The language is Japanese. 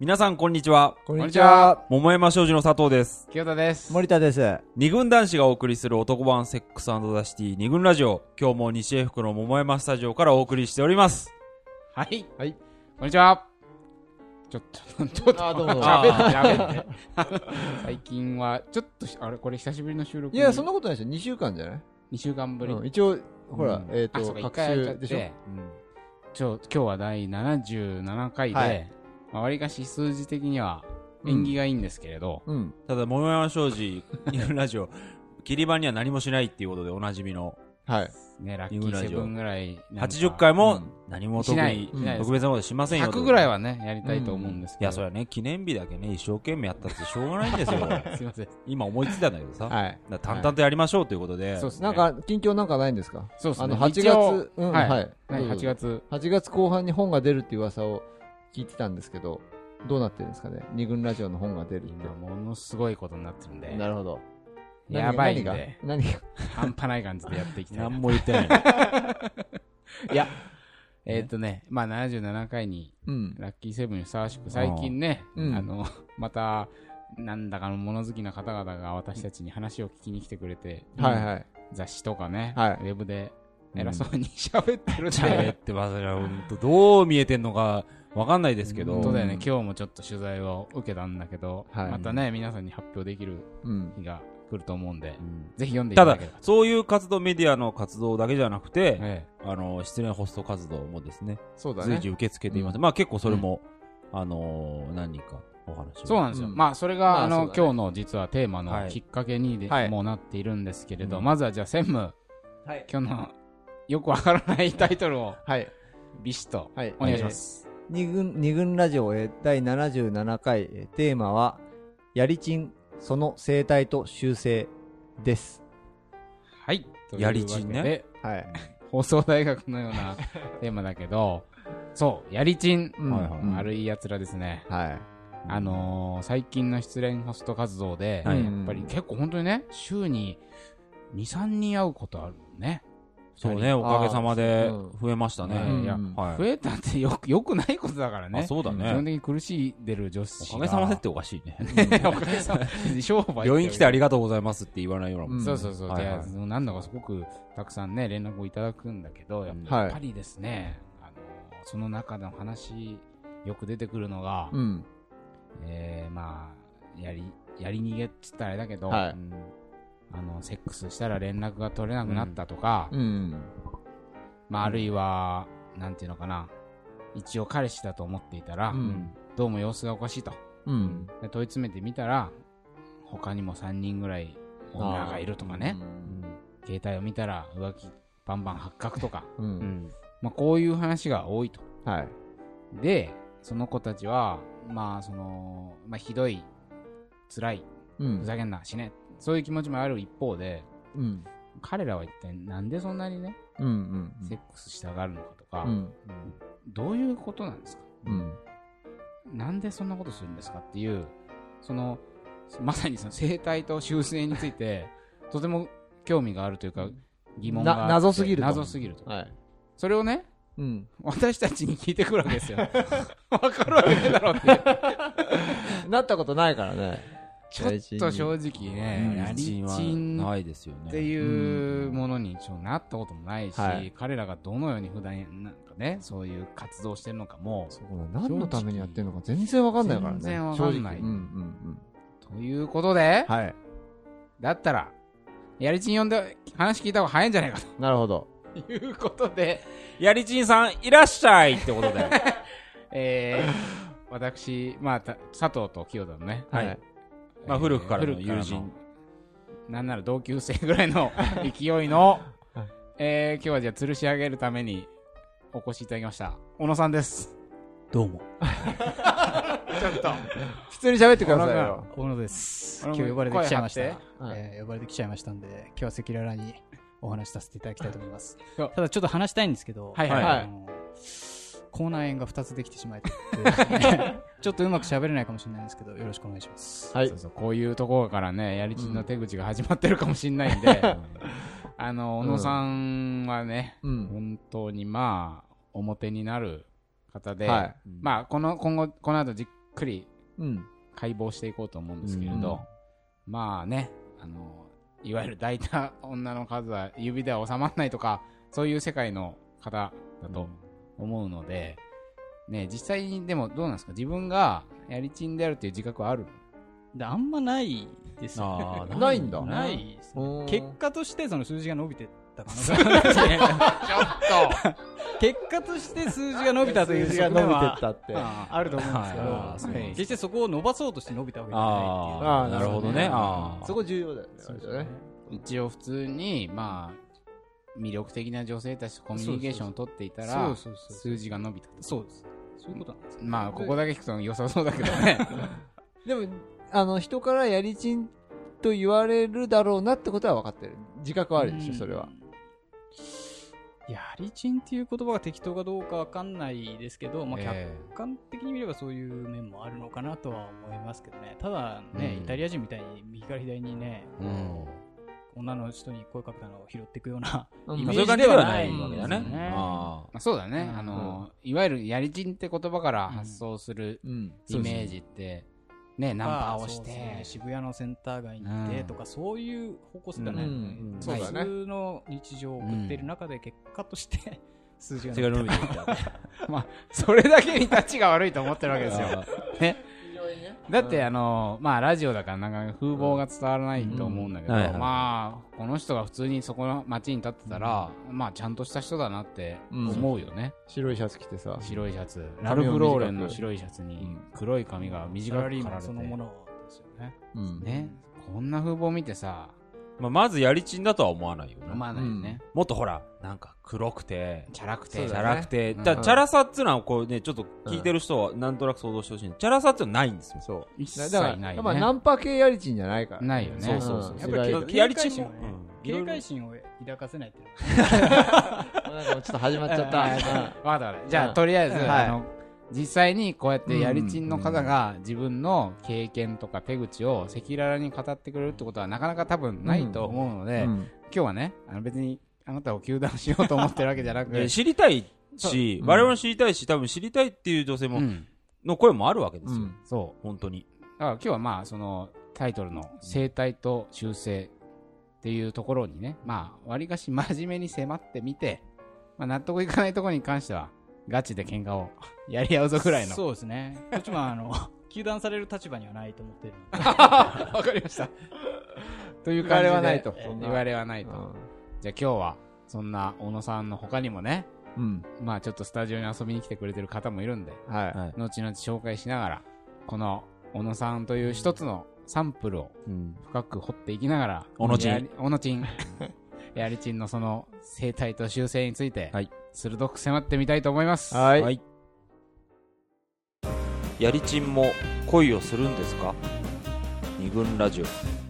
皆さんこんにちはこんにちは。桃山商事の佐藤です清田です。森田です。よ二軍男子がお送りする男版セックスザシティ二軍ラジオ今日も西江福の桃山スタジオからお送りしておりますはい。はい。こんにちは。ちょっと、ちょっと、あどうも喋って、喋って。 最近は、ちょっとし、あれ、これ久しぶりの収録いや、そんなことないですよ。2週間じゃない2週間ぶり。うん一応、ほらうん、えっあ、とそう、か、一各回やっちゃっ週でしょて。ちょ、今日は第77回で、はいまあ、割かし数字的には、縁起がいいんですけれど、うん。ただ桃山商事二軍ラジオ切り板には何もしないっていうことでおなじみのはい。ね、ラッキーセブンぐらいなんか。 80回うもん何もし特ないに、しないです特別なことしませんよ100ぐらいははね、やりたいと思うんですいけど。やそりゃね記念日だけね一生懸命やったってしょうがないんですよ すいません。今思いついたんだけどさ、はい。だから淡々とやりましょうということで、そうですね。なん、か、近況なんかないんですかそうですね。あの、8一応月、うん、はいはい。はい、8。月。 8月後半に本が出るっていう噂を聞いてたんですけど、どうなってるんですかね二軍ラジオの本が出る今、ものすごいことになってるんで。るほど。やばい何んがで、何が半端ない感じでやっていきたい何な。も言ってないいや、えーっとね、まあ77回にうん。ラッキーセブンにふさわしく、最近ね、あーうんあの、 また、なんだかの物好きな方々が私たちに話を聞きに来てくれて、はいはい。雑誌とかね、はいウェブで偉そうに 喋ってるん喋っで、てますよ、本当どう見えてんのかわかんないですけど、本当だよねうん、今日もちょっと取材を受けたんだけど、はいまたね、皆さんに発表できるうん。日が来ると思うんでう、んぜひ読んでいたただだければ。、そういう活動、メディアの活動だけじゃなくて、えあの失恋ホスト活動もですね、そうだ随ね。時受け付けています、うまあ結構それも、あのー何人かお話えをそうなんですよ。うんまあ、それが、まああその、うだね今日の実はテーマはのいきっかけにで、はいもうなっているんですけれど、うんまずはじゃあ専務、はい。今日のよくわからないタイトルをはい。ビシッとはい。お願いします。二軍、二軍ラジオへ第77回、えーテーマは、やりちん、その生態と修正です。はい。というやりちんねわけで。はい。放送大学のよう なテーマだけど、そう、やりちん。うんはいはいうん悪い奴らですね。はい。あのー、最近の失恋ホスト活動で、はいやっぱり結構本当にね、週に2、3人会うことあるもんね。そうね、おかげさまでうん増えましたね。うんいやはい増えたってよく、よくないことだからあね。そうだ基本ね。的に苦しんでる女子おかが。げさまでっておかしい ね。おかげさまで。 商売って病院来てありがとうございますって言わないようなもんうんそうそうそう。はいはいで、そのなんだかすごくたくさんね、連絡をいただくんだけど、やっはぱい。りですね、あの、その中の話、よく出てくるのが、うん。えー、まあ、やり、やり逃げっつったらあれだけど、はいうんあの、セックスしたら連絡が取れなくなったとか、うん。まあ、あるいは、なんていうのかな、一応彼氏だと思っていたら、うんどうも様子がおかしいと。うん。で問い詰めてみたら、他にも3人ぐらい女がいるとかね。携帯を見たら浮気バンバン発覚とか、うん。うん。まあ、こういう話が多いと。はい。で、その子たちは、まあ、その、まあ、ひどい、辛い、うふん。ざけんな、死ね、そういう気持ちもある一方で、うん。彼らは一体なんでそんなにね、うん。うん。セックスしたがるのかとか、うん。どういうことなんですかうん。なんでそんなことするんですかっていう、その、まさにその生態と修正につ いて、とても興味があるというか、疑問があってな謎すぎると謎すぎると。はい。それをね、うん。私たちに聞いてくるわけ ですよ。わかるわけねえだろうっていう。なったことないからね。ちょっと正直ね、やりちはんっないですよね。ていうものにちょっとなったこともないし、はい彼らがどのように普段なんかね、そういう活動してるのかも、そうだ。何のためにやってるのか全然わかんないからね。全然わかんない正直うんうんということでうん。、はい。だったら、やりちん呼んで話聞いた方が早いんじゃないかなるほど。ということで、やりちんさん、いらっしゃいってことで。え ー、私、まあ、た佐藤と清田のね、はい。まあ、えー古くからの古く友人。なんなら同級生ぐらいの勢い のはい、えー、今日はじゃあ吊るし上げるためにお越しいただきました。小野さんです。どうも。ちょっと。普通に喋ってくださいよ。小野です。小野今君日呼ばれてきちゃいました。声張ってはいえー呼ばれてきちゃいましたんで、今日は赤裸々にお話しさせていただきたいと思いますいや。ただちょっと話したいんですけど、はいはいはいあの口内炎が2つできてし まいまして、ちょっとうまく喋れないかもしれないんですけど、よろしくお願いします。はいそう。そうこういうところからね、やりちんの手口が始まってるかもしれないんで、 あの、小野さんはね、うん。本当にまあ、表になる方で、はい。まあ、この、今後、この後じっくくりうん。解剖していこうと思うんですけれど、まあね、あの、いわゆる抱いた女の数は指では収まらないとか、そういう世界の方だと思うので、ね、実際にでもどうなんですか自分がやりちんであるっていう自覚はあるであんまないですよ あーないんだなないいですねうん結果としてその数字が伸びてった可能性がありますね結果として数字が伸びたという数字が側伸び面てっはたって。 あーあると思うんですけど、はいあーそうなんはですいね決してそこを伸ばそうとして伸びたわけじゃないっていう。あああ、ーなるほどね。ああ。そこ重要だよね。そうですあれだね。ね一応普通に、まあ、魅力的な女性たちとコミュニケーションを取っていたら、そうそうそう数字が伸びたと。そうです。そういうことなんですね。まあ、ここだけ聞くと良さそうだけど ね。でも、あの、人からやりちんと言われるだろうなってことは分かってる。自覚はあるでしょ、それは。うん。やりちんっていう言葉が適当かどうかわかんないですけど、まあ、客ええ観的に見ればそういう面もあるのかなとは思いますけどね。ただね、うんイタリア人みたいに右から左にね、うん女の人に声かけたのを拾っていくような、うイまあそメーういうジ感でじでははなないいわけだねですね。あまあ、そうだね、うんあのいわゆるやりちんって言葉からうん発想するうん。イメージって、ね ナンパをしそうですねて、渋谷のセンター街にいてとか、そういう方向性ではないので、うんまあうんそうだね普通の日常を送っている中で結果 として数字が違う伸び伸たびてきた。まあ、それだけに立ちが悪いと思ってるわけですよ。ね、だって、うんあのまあラジオだからなかなか風貌が伝わらないと思うんだけど、うんはいはいまあこの人が普通にそこの街に立ってたら、まあちゃんとした人だなって思うよね、白いシャツ着てさ。白いシャツんラルフローレンの白いシャツに黒い髪が短サラくリ刈ーられマンてそのものですよね。うんね、こんな風貌見てさまあ、まずやりちんだとは思わないよ な。思わないよね、もっとほら、なんか黒くて、チャラくチて、そうだャねラくて、うんだチャラさっつうのはこうね、ちょっと聞いてる人はなんとなく想像してほしい。チャラさっていうのはないんですよ。そう。一切だだから、なやいよっぱねナンパ系やりちんじゃないから。ないよねそうそうそう。んややっぱっぱりりやややり警戒ちん心もをね、警戒心を抱かせないっていうの なんかちょっと始まっちゃった。わかったわかったじゃあ、うんとりあえず、はいあの実際にこうやってやりちんの方が自分の経験とか手口を赤裸々に語ってくれるってことはなかなか多分ないと思うので、うん今日はねあの別にあなたを糾弾しようと思ってるわけじゃなくえーて、知りたいし、うん我々も知りたいし、多分知りたいっていう女性うも、ん、の声もあるわけ ですうよん。そ本当に。うだから今日はまあそのタイトルの「生態と修正」っていうところにねまあわりかし真面目に迫ってみて、まあ、納得いかないところに関してはガチで喧嘩を やり合うぞぐらいのそうですね。 こっちもあの、糾弾される立場にはないと思ってるので。 わかりました。という感じで。言われはないとえー言われはないと。じゃあ今日は、そんな小野さんの他にもね、うん。まあちょっとスタジオに遊びに来てくれてる方もいるんで、うんはい。はい。後々紹介しながら、この小野さんという一つのサンプルを深く掘っていきながら、小野ちんやり。小野ちん。 やりちんのその生態と習性について、はい鋭く迫ってみたいと思います。はい。はい。やりちんも恋をするんですか二軍ラジオ。